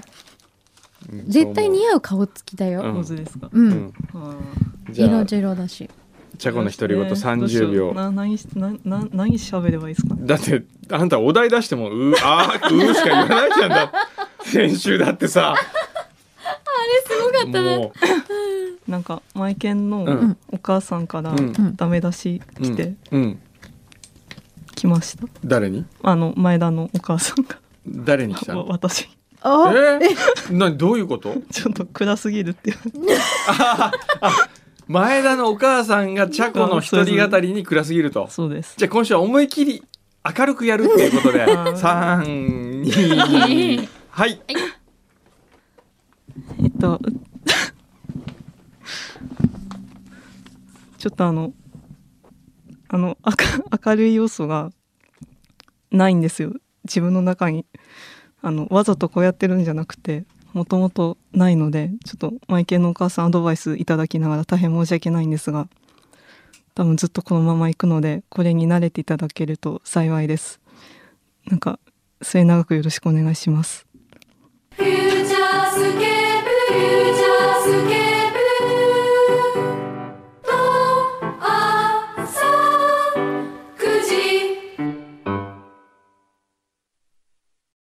Speaker 1: うん
Speaker 2: 絶対似
Speaker 1: そ
Speaker 2: 合う顔つきだ
Speaker 1: う
Speaker 2: よ。
Speaker 1: ん
Speaker 4: 坊主ですか。
Speaker 2: うん。
Speaker 1: う思う、
Speaker 4: うん。
Speaker 1: うん、じゃ
Speaker 2: 色
Speaker 1: あ
Speaker 2: 白だし。
Speaker 1: チャコの独り言
Speaker 4: ど
Speaker 1: 30
Speaker 4: うしよう
Speaker 1: 秒
Speaker 4: な、何し、な、な、何喋ればいいですか。
Speaker 1: だってあんたお題出してもうーあーうーしか言わないじゃんだ先週だってさ
Speaker 2: すごかったね。
Speaker 1: も
Speaker 4: なんか、マイケン
Speaker 1: う
Speaker 4: の
Speaker 1: ん
Speaker 4: お母さんから
Speaker 1: うん
Speaker 4: ダメ出し
Speaker 1: う、う
Speaker 4: 来て
Speaker 1: ん、うん、
Speaker 4: きました。
Speaker 1: 誰に
Speaker 4: あの、前田のお母さんが、
Speaker 1: 誰に来た
Speaker 4: わ
Speaker 1: の
Speaker 4: 私。
Speaker 1: え
Speaker 2: あ
Speaker 1: ー、などういうこと
Speaker 4: ちょっと暗すぎるって言われて。
Speaker 1: 前田のお母さんがチャコの独り語りに暗すぎると
Speaker 4: そうです。
Speaker 1: じゃあ今週は思い切り明るくやるっていうことで
Speaker 4: うん
Speaker 1: 三二はい
Speaker 4: えっと。 ちょっとあの。あの、明明るい要素が。ないんですよ。自分の中に。あの、わざとこうやってるんじゃなくて。もともとないので、ちょっとマイケルのお母さんアドバイスいただきながら大変申し訳ないんですが。多分ずっとこのまま行くので、これに慣れていただけると幸いです。なんか末永くよろしくお願いします。
Speaker 5: 「フューチャースケープフューチ